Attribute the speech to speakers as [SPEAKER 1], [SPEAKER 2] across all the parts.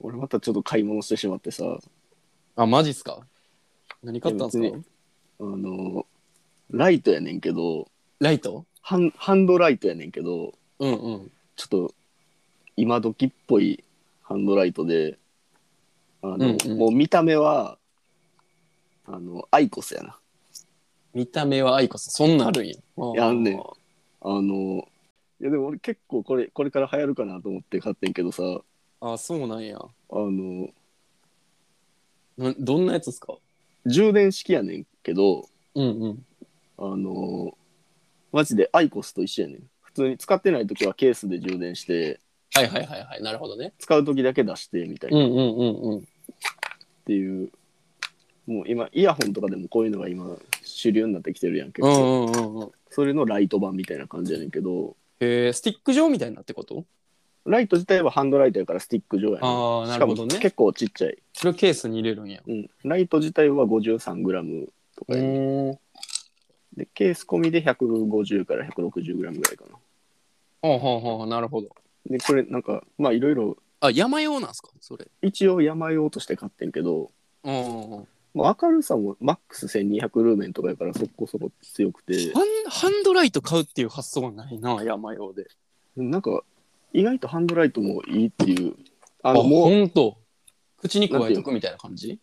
[SPEAKER 1] 俺またちょっと買い物してしまってさ、
[SPEAKER 2] あ、マジっすか何買ったんす
[SPEAKER 1] いや
[SPEAKER 2] か
[SPEAKER 1] あの、ライトやねんけど、
[SPEAKER 2] ライト
[SPEAKER 1] ハンハンドライトやねんけど、
[SPEAKER 2] うんうん。
[SPEAKER 1] ちょっと今時っぽいハンドライトで、あの、
[SPEAKER 2] うんうん
[SPEAKER 1] もう見た目は、あの、アイコスやな。
[SPEAKER 2] 見た目はアイコス。そんなんあるんや。あー
[SPEAKER 1] やあんねんあの、いやでも俺結構これ、これから流行るかなと思って買ってんけどさ、あ
[SPEAKER 2] あ、そうなんや。
[SPEAKER 1] の、
[SPEAKER 2] などんなやつっすか
[SPEAKER 1] 充電式やねんけど、
[SPEAKER 2] うんうん。
[SPEAKER 1] あの、マジでアイコスと一緒やねん。普通に使ってない時はケースで充電して、
[SPEAKER 2] はいはいはいはい。なるほどね。
[SPEAKER 1] 使う時だけ出してみたい
[SPEAKER 2] うん
[SPEAKER 1] なっ
[SPEAKER 2] うんうんうん。
[SPEAKER 1] ていう、もう今イヤホンとかでもこういうのが今主流になってきてるやん結
[SPEAKER 2] う
[SPEAKER 1] 構、
[SPEAKER 2] んうんうんうん。
[SPEAKER 1] それのライト版みたいな感じやねんけど
[SPEAKER 2] へえ、スティック状みたいなってこと
[SPEAKER 1] ライト自体はハンドライトやからスティック状やねん
[SPEAKER 2] あーなるほどね
[SPEAKER 1] しかも結構ちっちゃい、
[SPEAKER 2] それをケースに入れるんや。
[SPEAKER 1] うん、ライト自体は 53g とかやねん
[SPEAKER 2] ーん。
[SPEAKER 1] でケース込みで150から 160g ぐらいかな
[SPEAKER 2] ほうほうほう、なるほど。
[SPEAKER 1] でこれなんかまあいろいろ
[SPEAKER 2] あ、山用なんすかそれ。
[SPEAKER 1] 一応山用として買ってんけど
[SPEAKER 2] うんうんうん。
[SPEAKER 1] まあ明るさもマックス1200ルーメンとかやからそこそこ強くて
[SPEAKER 2] ハンハンドライト買うっていう発想はないな、山用で。
[SPEAKER 1] なんか意外とハンドライトもいいっていうあ
[SPEAKER 2] あ
[SPEAKER 1] のもう
[SPEAKER 2] ほんと。口に加えとくみたいな感じ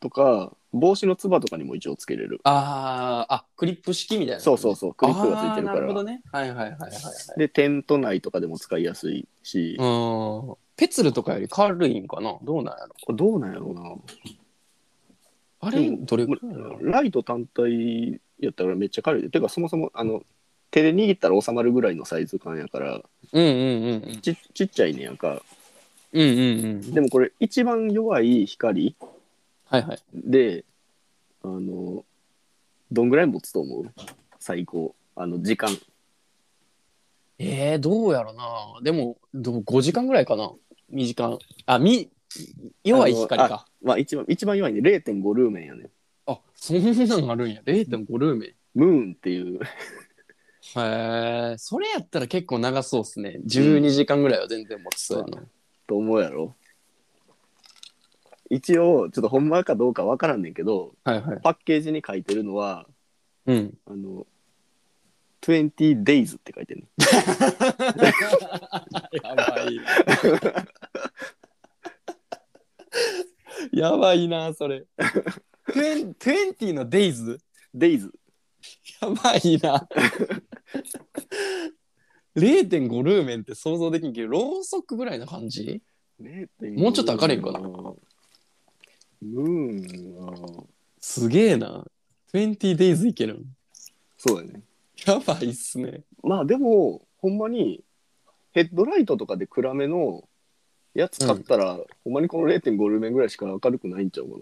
[SPEAKER 1] とか帽子のつばとかにも一応つけれる
[SPEAKER 2] あーあ、クリップ式みたいな。
[SPEAKER 1] そうそうそうクリップがついてるか
[SPEAKER 2] あーなるほ
[SPEAKER 1] ら、
[SPEAKER 2] どね。はいはいはいはい、はい。
[SPEAKER 1] でテント内とかでも使いやすいし
[SPEAKER 2] う、ーん。ペツルとかより軽いんかなどうなんやろ
[SPEAKER 1] これどうなんやろ
[SPEAKER 2] あ
[SPEAKER 1] で
[SPEAKER 2] れ、
[SPEAKER 1] も
[SPEAKER 2] どれぐら
[SPEAKER 1] う
[SPEAKER 2] いやろ
[SPEAKER 1] なライト単体やったらめっちゃ軽いでてかそもそもあの手で握ったら収まるぐらいのサイズ感やから
[SPEAKER 2] うんうんうんうん。
[SPEAKER 1] ちちっちゃいねやんか
[SPEAKER 2] うんうんうん。
[SPEAKER 1] でもこれ一番弱い光
[SPEAKER 2] はいはい。
[SPEAKER 1] であのどんぐらい持つと思う最高あの時間
[SPEAKER 2] えー、どうやろな。でも、どう5時間ぐらいかな。2時間。あ、み、弱い光か。
[SPEAKER 1] まあ一番一番弱いね0.5ルーメンやね
[SPEAKER 2] あそんなんあるんや。0.5ルーメン。
[SPEAKER 1] ムーンっていう
[SPEAKER 2] へえ、それやったら結構長そうっすね。12時間ぐらいは全然持ちそうやな。
[SPEAKER 1] と思うやろ一応ちょっとほんまかどうかわからんねんけど
[SPEAKER 2] はいはい。
[SPEAKER 1] パッケージに書いてるのは
[SPEAKER 2] うん。
[SPEAKER 1] あの 20days って書いてる、ね、
[SPEAKER 2] やばい。 やばいな、そ れ。20の days?
[SPEAKER 1] days
[SPEAKER 2] やばいな。0.5ルーメンって想像できんけど、ろうそくぐらいな感じ
[SPEAKER 1] 0.5
[SPEAKER 2] もうちょっと明るいんかな
[SPEAKER 1] ムーンは
[SPEAKER 2] すげえな。20days いけるん。
[SPEAKER 1] そうだね
[SPEAKER 2] やばいっすね。
[SPEAKER 1] まあでもほんまにヘッドライトとかで暗めのやつ買ったら、ほんまにこの0.5ルーメンぐらいしか明るくないんちゃうかな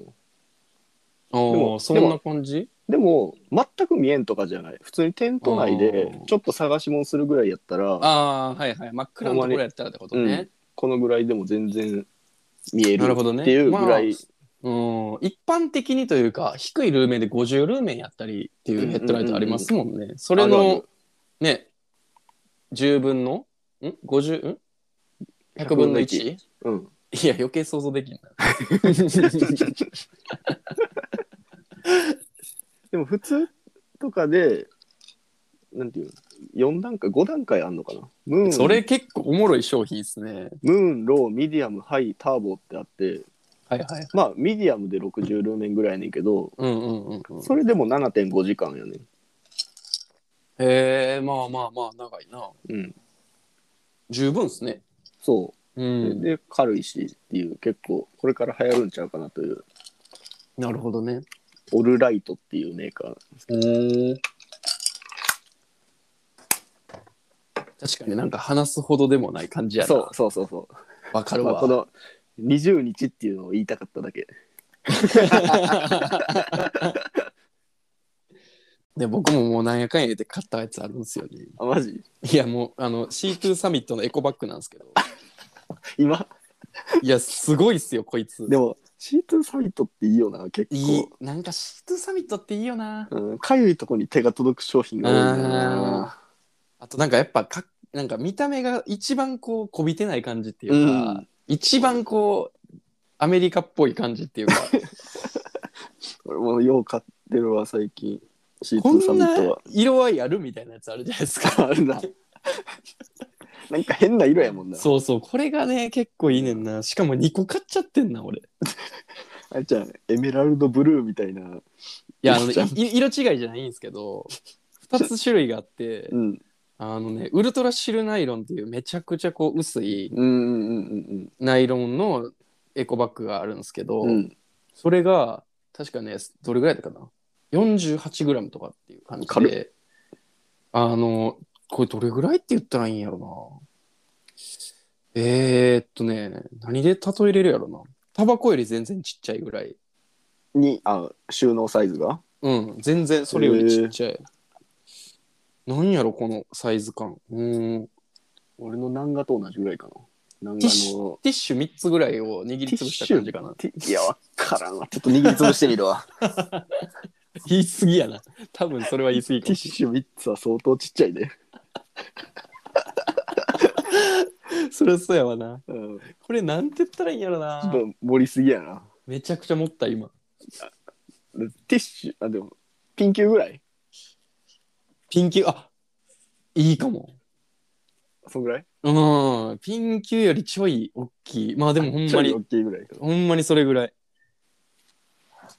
[SPEAKER 2] お
[SPEAKER 1] も
[SPEAKER 2] お、そんな感じ
[SPEAKER 1] でも全く見えんとかじゃない普通にテント内で
[SPEAKER 2] あー
[SPEAKER 1] ちょっと探し物するぐらいやったら
[SPEAKER 2] ああはいはい真っ暗なところやったらってこと
[SPEAKER 1] ほんま
[SPEAKER 2] ね
[SPEAKER 1] に、このぐらいでも全然見える
[SPEAKER 2] なるほどね
[SPEAKER 1] っていうぐらい、
[SPEAKER 2] まあうん一般的にというか低いルーメンで50ルーメンやったりっていうヘッドライトありますもんね、それの
[SPEAKER 1] あるある
[SPEAKER 2] ね10分のん50ん100分の 1? い
[SPEAKER 1] うん、
[SPEAKER 2] や余計想像できん な
[SPEAKER 1] でも普通とかでなんていうの4段階5段階あんのかなムーン
[SPEAKER 2] それ結構おもろい商品ですね
[SPEAKER 1] ムーンローミディアムハイターボってあって
[SPEAKER 2] はいはい
[SPEAKER 1] まあミディアムで60ルーメンぐらいやねんけど
[SPEAKER 2] うんうんうんうん
[SPEAKER 1] それでも7.5時間やねん
[SPEAKER 2] へえまあまあまあ長いな
[SPEAKER 1] うん
[SPEAKER 2] 十分っすね
[SPEAKER 1] そうう、
[SPEAKER 2] ん
[SPEAKER 1] で軽いしっていう結構これから流行るんちゃうかなという
[SPEAKER 2] なるほどね
[SPEAKER 1] オルライトっていうメーカー
[SPEAKER 2] 確かになんか話すほどでもない感じやな。
[SPEAKER 1] そうそうそうそう
[SPEAKER 2] わかるわ。
[SPEAKER 1] まあこの20日っていうのを言いたかっただけ
[SPEAKER 2] で僕ももうなんやかんや言って買ったやつあるんですよね。
[SPEAKER 1] あマジ
[SPEAKER 2] いやもうあの C2 サミットのエコバッグなんですけど。
[SPEAKER 1] 今
[SPEAKER 2] いやすごいっすよこいつ。
[SPEAKER 1] でも C2 サミットっていいよな結構
[SPEAKER 2] いいなんか C2 サミットっていいよな。
[SPEAKER 1] うん、かゆいとこに手が届く商品が多いな
[SPEAKER 2] あとなんかやっぱかなんか見た目が一番こうこびてない感じっていうか、
[SPEAKER 1] うん
[SPEAKER 2] 一番こうアメリカっぽい感じってい うか
[SPEAKER 1] 俺もよう買ってるわ最近
[SPEAKER 2] こ
[SPEAKER 1] C2 サ
[SPEAKER 2] ん
[SPEAKER 1] ミッ
[SPEAKER 2] な
[SPEAKER 1] トは
[SPEAKER 2] 色合いあるみたいなやつあるじゃないです
[SPEAKER 1] あ
[SPEAKER 2] か
[SPEAKER 1] るな なんか変な色やもんな
[SPEAKER 2] そうそうこれがね結構いいねんなしかも2個買っちゃってんな俺い
[SPEAKER 1] あれじゃんエメラルドブルーみたいな
[SPEAKER 2] やあ
[SPEAKER 1] い
[SPEAKER 2] の
[SPEAKER 1] い
[SPEAKER 2] い
[SPEAKER 1] じゃん
[SPEAKER 2] 色違いじゃないんですけど2つ種類があって
[SPEAKER 1] うん
[SPEAKER 2] あのねウルトラシルナイロンっていうめちゃくちゃこう薄い
[SPEAKER 1] うんうんうんうん
[SPEAKER 2] ナイロンのエコバッグがあるんですけど、
[SPEAKER 1] うんうん
[SPEAKER 2] それが確かねどれぐらいだったかな 48g とかっていう感じ
[SPEAKER 1] 軽
[SPEAKER 2] であのこれどれぐらいって言ったらいいんやろなえー、っとね何で例えれるやろなタバコより全然ちっちゃいぐらい
[SPEAKER 1] にあ収納サイズが
[SPEAKER 2] うん全然それよりちっちゃい、なんやろこのサイズ感うん
[SPEAKER 1] 俺の南画と同じぐらいかな
[SPEAKER 2] ティッ
[SPEAKER 1] 南
[SPEAKER 2] シ
[SPEAKER 1] 画
[SPEAKER 2] ュ
[SPEAKER 1] の
[SPEAKER 2] ティッシュ3つぐらいを握りつぶした感じかな
[SPEAKER 1] ティッシュいやわからんわちょっと握りつぶしてみ るわ
[SPEAKER 2] 言い過ぎやな多分それは言い過ぎ
[SPEAKER 1] ティ
[SPEAKER 2] かも
[SPEAKER 1] ッシュ3つは相当ちっちゃいね、
[SPEAKER 2] それそうやわな
[SPEAKER 1] うん、ち
[SPEAKER 2] これなんて言ったらいいんやろ
[SPEAKER 1] ょっ
[SPEAKER 2] な
[SPEAKER 1] と盛りすぎやな
[SPEAKER 2] めちゃくちゃ持った今
[SPEAKER 1] でティッシュあでもピン球ぐらい
[SPEAKER 2] ピン球あいいかも
[SPEAKER 1] そんぐらい
[SPEAKER 2] うんピン球よりちょい大きいまあでもほんま
[SPEAKER 1] ち
[SPEAKER 2] に
[SPEAKER 1] ょい大きいぐらいかな
[SPEAKER 2] ほんまにそれぐらい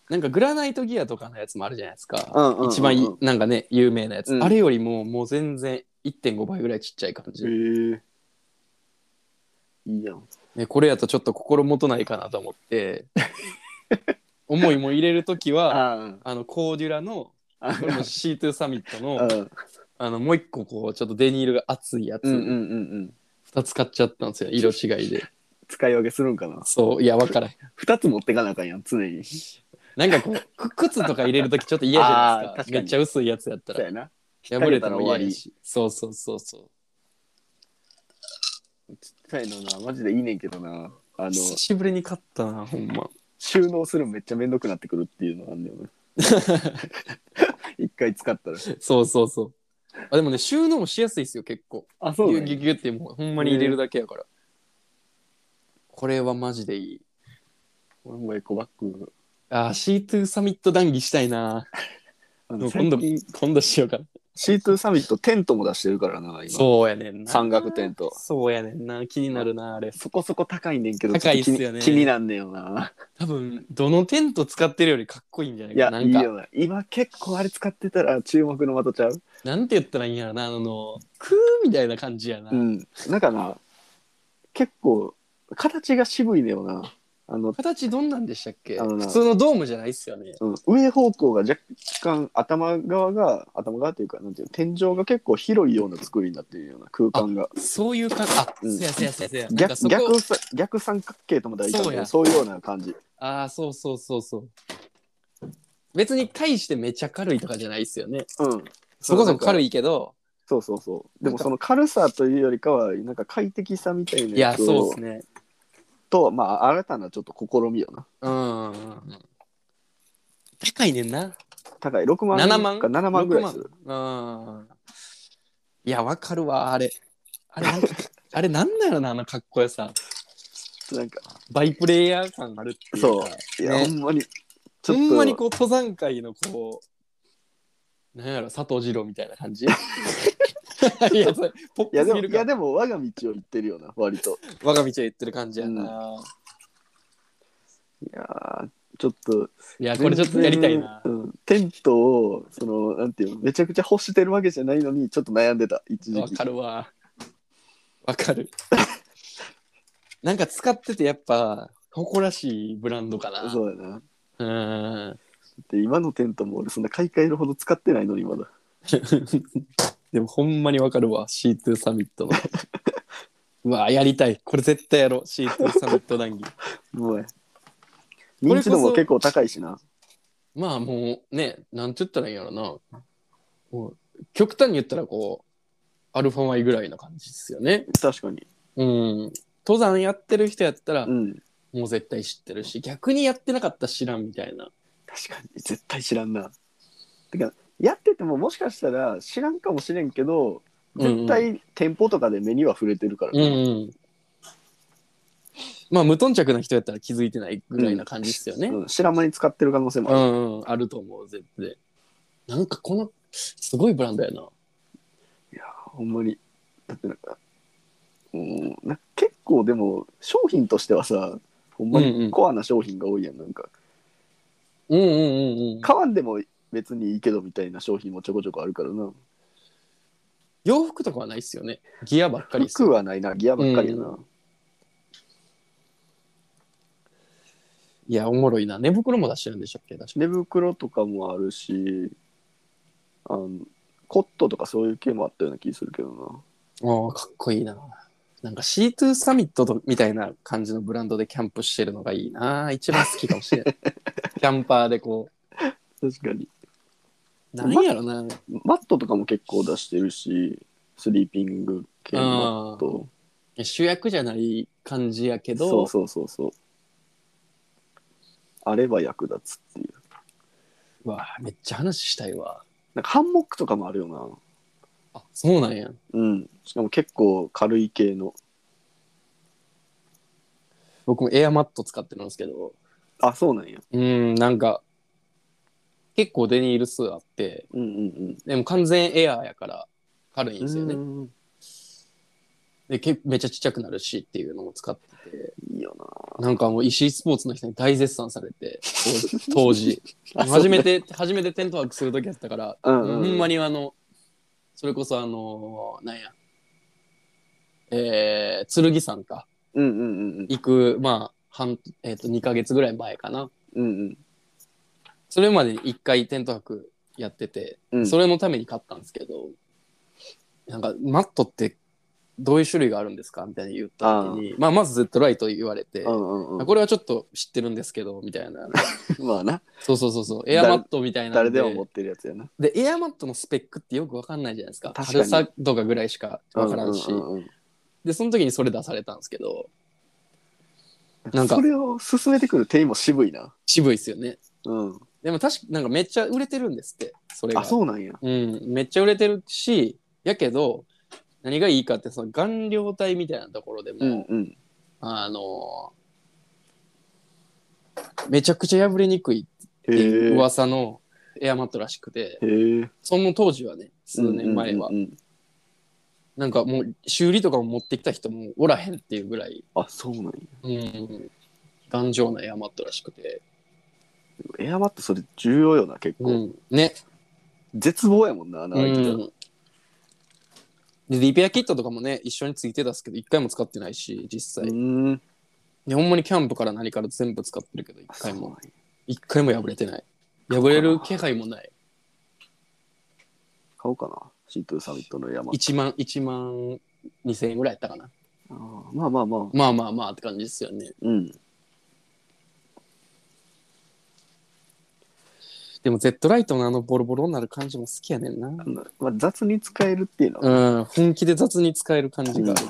[SPEAKER 2] なんかグラナイトギアとかのやつもあるじゃないですか、
[SPEAKER 1] うんうんうんうん
[SPEAKER 2] 一番いなんかね有名なやつ、
[SPEAKER 1] うん
[SPEAKER 2] あれよりももう全然1.5倍ぐらいちっちゃい感じ、
[SPEAKER 1] へえいいやん
[SPEAKER 2] ね、これやとちょっと心もとないかなと思って思いも入れる時はあ
[SPEAKER 1] あ
[SPEAKER 2] のコーデュラの
[SPEAKER 1] あ
[SPEAKER 2] こ れも C2 サミットの
[SPEAKER 1] うん
[SPEAKER 2] あのもう一個こうちょっとデニールが厚いやつ、
[SPEAKER 1] うんうんうん
[SPEAKER 2] 2つ買っちゃったんですよ色違いで
[SPEAKER 1] 使い分けするんかな
[SPEAKER 2] そういやわからん
[SPEAKER 1] 2つ持ってかなあかんやん常に
[SPEAKER 2] なんかこうく靴とか入れる時ちょっと嫌じゃないです
[SPEAKER 1] あー
[SPEAKER 2] か
[SPEAKER 1] 確かに
[SPEAKER 2] めっちゃ薄いやつやった
[SPEAKER 1] そう
[SPEAKER 2] ら
[SPEAKER 1] やな
[SPEAKER 2] 破れたら終わりそうそうそうそ
[SPEAKER 1] ちっちゃいのなマジでいいねんけどなあの
[SPEAKER 2] う久しぶりに買ったなほんま
[SPEAKER 1] 収納するのめっちゃめんどくなってくるっていうのがあん だよね一回使ったら
[SPEAKER 2] そうそうそうあでもね収納もしやすいですよ結構
[SPEAKER 1] あ
[SPEAKER 2] ギ
[SPEAKER 1] そう
[SPEAKER 2] ュ
[SPEAKER 1] なん
[SPEAKER 2] ギ
[SPEAKER 1] や
[SPEAKER 2] ュギュってもうほんまに入れるだけやから、これはマジでいい
[SPEAKER 1] 俺もエコバッグ
[SPEAKER 2] あー C2 サミット談義したいな
[SPEAKER 1] あの
[SPEAKER 2] 今度
[SPEAKER 1] 最近
[SPEAKER 2] 今度しようかな
[SPEAKER 1] C2 サミットテントも出してるからな今
[SPEAKER 2] そうやねんな
[SPEAKER 1] 山岳テント
[SPEAKER 2] そうやねんな気になるなあれ
[SPEAKER 1] そこそこ高いねんけど
[SPEAKER 2] 高いっす
[SPEAKER 1] ちょ
[SPEAKER 2] よ
[SPEAKER 1] っ
[SPEAKER 2] ね
[SPEAKER 1] と気に気になんねんよな
[SPEAKER 2] 多分どのテント使ってるよりかっこいいんじゃない
[SPEAKER 1] い
[SPEAKER 2] か
[SPEAKER 1] や
[SPEAKER 2] ない
[SPEAKER 1] い
[SPEAKER 2] んか
[SPEAKER 1] よな今結構あれ使ってたら注目の的ちゃう
[SPEAKER 2] なんて言ったらいいんやろなあのクーみたいな感じやな、
[SPEAKER 1] うんなんかな結構形が渋いねよなあの、
[SPEAKER 2] 形どんなんでしたっけ
[SPEAKER 1] あのな
[SPEAKER 2] 普通のドームじゃないっすよね
[SPEAKER 1] うん、上方向が若干頭側が頭側というかなんていうの天井が結構広いような作りになっているような空間が
[SPEAKER 2] そういう感じあ、
[SPEAKER 1] うん
[SPEAKER 2] せやせやせやせやなんか
[SPEAKER 1] 逆
[SPEAKER 2] そこ
[SPEAKER 1] 逆さ逆三角形とも大体
[SPEAKER 2] そうや
[SPEAKER 1] そういうような感じ
[SPEAKER 2] ああそうそうそうそう別に対してめちゃ軽いとかじゃないっすよね
[SPEAKER 1] うん
[SPEAKER 2] そこそ
[SPEAKER 1] なん
[SPEAKER 2] こ
[SPEAKER 1] か
[SPEAKER 2] 軽いけど
[SPEAKER 1] そうそうそうで
[SPEAKER 2] なん
[SPEAKER 1] も
[SPEAKER 2] か
[SPEAKER 1] その軽さというよりかはなんか快適さみたいない
[SPEAKER 2] や
[SPEAKER 1] つを
[SPEAKER 2] そうっすね
[SPEAKER 1] とまあ新たなちょっと試みよな
[SPEAKER 2] うんうんうん高いねんな
[SPEAKER 1] 高い6万
[SPEAKER 2] 7万
[SPEAKER 1] か7万ぐらいする
[SPEAKER 2] 6万うんいやわかるわあれあれなんかあれなんだよなあのかっこよさ
[SPEAKER 1] なんか
[SPEAKER 2] バイプレイヤー感あるっていうか
[SPEAKER 1] いや、
[SPEAKER 2] ね
[SPEAKER 1] ほんまにちょ
[SPEAKER 2] ほ
[SPEAKER 1] っと
[SPEAKER 2] んまにこう登山界のこうなんやろ佐藤二郎みたいな 感じいやそれポッ
[SPEAKER 1] いやで
[SPEAKER 2] プ
[SPEAKER 1] すも
[SPEAKER 2] ぎる
[SPEAKER 1] い
[SPEAKER 2] か
[SPEAKER 1] やでも我が道を行ってるよな割と
[SPEAKER 2] 我が道を言ってる感じやな、
[SPEAKER 1] いやーちょっと
[SPEAKER 2] いやこれちょっとやりたいな
[SPEAKER 1] 全然うん、テントをそのなんていうのめちゃくちゃ欲してるわけじゃないのにちょっと悩んでた一時
[SPEAKER 2] わ
[SPEAKER 1] 期
[SPEAKER 2] かるわわかる なんか使っててやっぱ誇らしいブランドかな
[SPEAKER 1] そうやな
[SPEAKER 2] うん
[SPEAKER 1] で今のテントも俺そんな買い替えるほど使ってないのにまだ
[SPEAKER 2] でもほんまにわかるわ C2 サミッ トのうわやりたいこれ絶対やろう C2 サミット談義
[SPEAKER 1] もう認知度も結構高いしな
[SPEAKER 2] まあもうねなんて言ったらいいんやろなもう極端に言ったらこうアルファ米ぐらいな感じですよね
[SPEAKER 1] 確かに
[SPEAKER 2] うん登山やってる人やったら
[SPEAKER 1] うん
[SPEAKER 2] もう絶対知ってるし逆にやってなかったら知らんみたいな
[SPEAKER 1] 確かに絶対知らんなてかやっててももしかしたら知らんかもしれんけど絶対店舗とかで目には触れてるから
[SPEAKER 2] う
[SPEAKER 1] な、
[SPEAKER 2] ん、うん、まあ無頓着な人やったら気づいてないぐらいな感じですよね。
[SPEAKER 1] うん、知らん間に使ってる可能性も
[SPEAKER 2] う
[SPEAKER 1] ある、
[SPEAKER 2] ん、うん、あると思う絶対なんかこのすごいブランドやな
[SPEAKER 1] ほんまにだってなんかうんなんか結構でも商品としてはさほんま
[SPEAKER 2] うんうん
[SPEAKER 1] にコアな商品が多いやんなんか
[SPEAKER 2] うんうんうんうん
[SPEAKER 1] 買わんでも別にいいけどみたいな商品もちょこちょこあるからな
[SPEAKER 2] 洋服とかはないっすよねギアばっかりっす
[SPEAKER 1] 服
[SPEAKER 2] よ
[SPEAKER 1] はないなギアばっかりやな、
[SPEAKER 2] ういやおもろいな寝袋も出してるんでしたっけ確か
[SPEAKER 1] 寝袋とかもあるしあのコットとかそういう系もあったような気するけどな
[SPEAKER 2] ああかっこいいななんか C2 サミットとみたいな感じのブランドでキャンプしてるのがいいな一番好きかもし れないキャンパーでこ
[SPEAKER 1] 確かに
[SPEAKER 2] うなんやろな
[SPEAKER 1] マットとかも結構出してるしスリーピング系のマット
[SPEAKER 2] 主役じゃない感じやけど
[SPEAKER 1] そうそうそうそうあれば役立つっていう
[SPEAKER 2] うわめっちゃ話したいわ
[SPEAKER 1] なんかハンモックとかもあるよ
[SPEAKER 2] あそうなんや
[SPEAKER 1] なうんしかも結構軽い系の
[SPEAKER 2] 僕もエアマット使ってるんですけど
[SPEAKER 1] あそうなんや
[SPEAKER 2] うんなんか結構デニール数あって
[SPEAKER 1] うんうん
[SPEAKER 2] でも完全エアーやから軽いん
[SPEAKER 1] うん
[SPEAKER 2] ですよね
[SPEAKER 1] うん
[SPEAKER 2] でけめっちゃちっちゃくなるしっていうのも使ってて
[SPEAKER 1] いいよ
[SPEAKER 2] なんかもう石井スポーツの人に大絶賛されて当当時
[SPEAKER 1] な
[SPEAKER 2] 初めて初めてテントワークする時やったから、
[SPEAKER 1] うんうんうん
[SPEAKER 2] ほんまにあのそれこそあのなんやえー、剣山か
[SPEAKER 1] うんうんうん
[SPEAKER 2] 行くまあ半、えー、と2ヶ月ぐらい前かな
[SPEAKER 1] うんうん
[SPEAKER 2] それまでに1回テント泊やってて、
[SPEAKER 1] うん
[SPEAKER 2] それのために買ったんですけどなんかマットってどういう種類があるんですかみたいに言った時にまあ、まず Z ライト言われて、
[SPEAKER 1] うんうんう
[SPEAKER 2] あ
[SPEAKER 1] ん
[SPEAKER 2] これはちょっと知ってるんですけどみたいな
[SPEAKER 1] まあな
[SPEAKER 2] そうそうそ うそうエアマットみたいな
[SPEAKER 1] 誰
[SPEAKER 2] ん
[SPEAKER 1] でも持ってるやつやな
[SPEAKER 2] でエアマットのスペックってよくわかんないじゃないですか
[SPEAKER 1] 確か
[SPEAKER 2] 軽
[SPEAKER 1] に
[SPEAKER 2] さとかぐらいしかわからんし、
[SPEAKER 1] うんうんうん
[SPEAKER 2] でその時にそれ出されたんですけど
[SPEAKER 1] う
[SPEAKER 2] なん
[SPEAKER 1] ん
[SPEAKER 2] か
[SPEAKER 1] それを進めてくる店員も渋いな
[SPEAKER 2] 渋いですよね
[SPEAKER 1] うん
[SPEAKER 2] でも確かなんかめっちゃ売れてるんですってそれが
[SPEAKER 1] あそうなんや
[SPEAKER 2] うん、めっちゃ売れてるしやけど何がいいかってその顔料体みたいなところでも、
[SPEAKER 1] うんうん
[SPEAKER 2] あのめちゃくちゃ破れにくいって
[SPEAKER 1] へ
[SPEAKER 2] いう
[SPEAKER 1] え
[SPEAKER 2] 噂のエアマットらしくて、
[SPEAKER 1] へえ
[SPEAKER 2] その当時はね数年前は、
[SPEAKER 1] うんうんうんうん
[SPEAKER 2] なんかもう修理とかも持ってきた人もおらへんっていうぐらい、
[SPEAKER 1] あそうなんや
[SPEAKER 2] うん、頑丈なエアマットらしくて、
[SPEAKER 1] エアマットそれ重要よな結構、
[SPEAKER 2] うん、ね、
[SPEAKER 1] 絶望やもんな穴
[SPEAKER 2] う
[SPEAKER 1] 開いてたら
[SPEAKER 2] ん、でリペアキットとかもね一緒についてたっすけど一回も使ってないし実
[SPEAKER 1] う、
[SPEAKER 2] 際
[SPEAKER 1] ーん
[SPEAKER 2] ね、ほんまにキャンプから何から全部使ってるけど、一
[SPEAKER 1] そう
[SPEAKER 2] 回
[SPEAKER 1] なん
[SPEAKER 2] も
[SPEAKER 1] や、
[SPEAKER 2] 一回も破れてない。破れる気配もない。
[SPEAKER 1] 買おうかな C2 サミットのエアマット
[SPEAKER 2] 1万、1万2千円ぐらいやったかな。
[SPEAKER 1] あーまあまあまあ
[SPEAKER 2] まあまあまあって感じですよね。
[SPEAKER 1] うん
[SPEAKER 2] でも Z ライトのあのボロボロになる感じも好きやねんな。
[SPEAKER 1] あのまあ、雑に使えるっていうのは、
[SPEAKER 2] うん、本気で雑に使える感じがある。